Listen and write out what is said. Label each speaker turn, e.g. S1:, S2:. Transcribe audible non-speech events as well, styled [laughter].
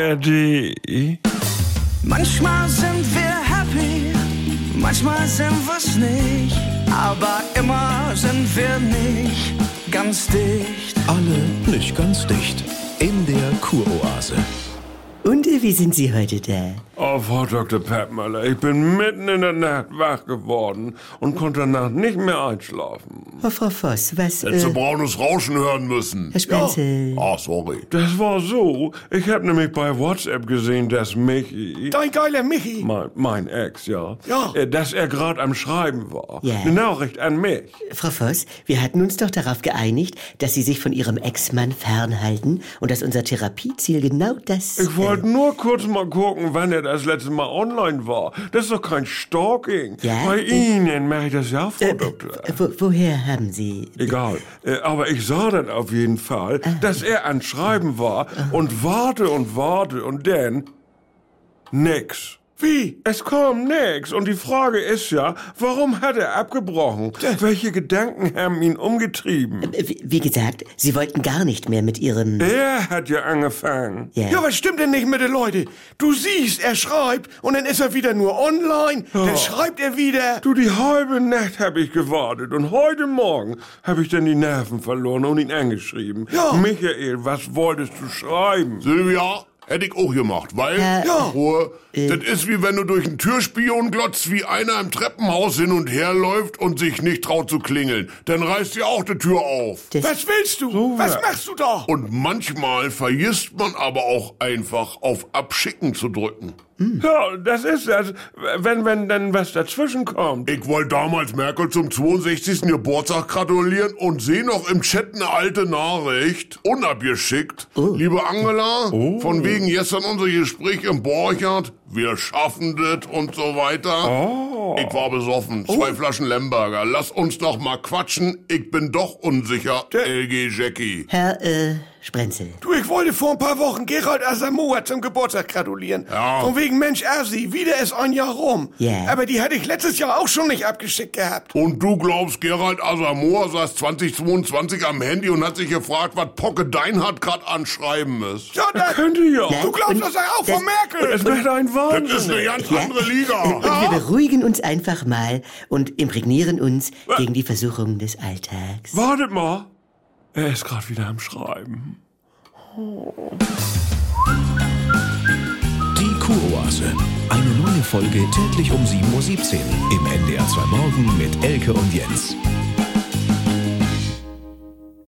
S1: ARD.
S2: Manchmal sind wir happy, manchmal sind wir's nicht, aber immer sind wir nicht ganz dicht.
S3: Alle nicht ganz dicht. In der Kuroase.
S4: Und äh, wie sind Sie heute da?
S1: Oh, Frau Dr. Peppmöller, ich bin mitten in der Nacht wach geworden und konnte danach nicht mehr einschlafen.
S4: Oh, Frau, Frau Voss, was...
S5: Hättest du
S4: Äh,
S5: braunes Rauschen hören müssen.
S4: Herr äh, Spenzel.
S5: Ah, sorry.
S1: Das war so, ich habe nämlich bei WhatsApp gesehen, dass Michi...
S3: Dein geiler Michi.
S1: Mein, mein Ex, ja.
S3: Ja.
S1: äh, Dass er gerade am Schreiben war.
S4: Ja.
S1: Eine Nachricht an mich.
S4: Frau Voss, wir hatten uns doch darauf geeinigt, dass Sie sich von Ihrem Ex-Mann fernhalten und dass unser Therapieziel genau das...
S1: Ich wollte nur kurz mal gucken, wann er das letzte Mal online war. Das ist doch kein Stalking.
S4: Ja,
S1: Bei
S4: ich-
S1: Ihnen mache ich das ja, Frau
S4: äh,
S1: Doktor.
S4: äh, wo, woher haben Sie...
S1: Egal. Äh, Aber ich sah dann auf jeden Fall, dass er an Schreiben war und warte und warte und dann nix. Wie? Es kam nix. Und die Frage ist ja, warum hat er abgebrochen? Welche Gedanken haben ihn umgetrieben?
S4: äh, Wie, wie gesagt, Sie wollten gar nicht mehr mit Ihrem...
S1: Er hat ja angefangen.
S4: Ja.
S3: Ja, was stimmt denn nicht mit den Leuten? Du siehst, er schreibt und dann ist er wieder nur online, dann schreibt er wieder.
S1: Oh. Du, die halbe Nacht habe ich gewartet und heute Morgen habe ich dann die Nerven verloren und ihn angeschrieben.
S3: Ja.
S1: Michael, was wolltest du schreiben?
S5: Silvia, hätte ich auch gemacht, weil,
S4: Äh,
S5: ja, Ruhe, das ist wie wenn du durch einen Türspion glotzt, wie einer im Treppenhaus hin und her läuft und sich nicht traut zu klingeln. Dann reißt dir auch die Tür auf.
S3: Was willst du? was machst du da?
S5: Und manchmal vergisst man aber auch einfach, auf Abschicken zu drücken.
S1: Ja, das ist das, wenn, wenn dann was dazwischen kommt.
S5: Ich wollte damals Merkel zum 62. Geburtstag gratulieren und sehe noch im Chat eine alte Nachricht, unabgeschickt. Liebe Angela, von wegen gestern unser Gespräch im Borchert, wir schaffen das und so weiter. Ich war besoffen, zwei Flaschen Lemberger. Lass uns doch mal quatschen, ich bin doch unsicher, LG Jackie.
S4: Herr, äh, Sprenzel.
S3: Du, ich wollte vor ein paar Wochen Gerald Asamoah zum Geburtstag gratulieren.
S5: Ja.
S3: Von wegen Mensch Asi, wieder ist ein Jahr rum.
S4: Ja.
S3: Aber die hatte ich letztes Jahr auch schon nicht abgeschickt gehabt.
S5: Und du glaubst, Gerald Asamoah saß 2022 am Handy und hat sich gefragt, was Pocke Deinhardt gerade anschreiben ist.
S3: Ja, da,
S1: Könnte ja.
S3: du glaubst,
S4: Und
S3: das sei auch
S4: das-
S3: von Merkel.
S1: Es wäre ein
S5: Das ist
S1: Wahnsinn.
S5: eine ganz andere
S4: [laughs]
S5: Liga.
S4: Und wir beruhigen uns einfach mal und imprägnieren uns gegen die Versuchungen des Alltags.
S1: Wartet mal. Er ist gerade wieder am Schreiben.
S3: Die Kuroase. Eine neue Folge täglich um 7.17 Uhr im NDR 2 Morgen mit Elke und Jens.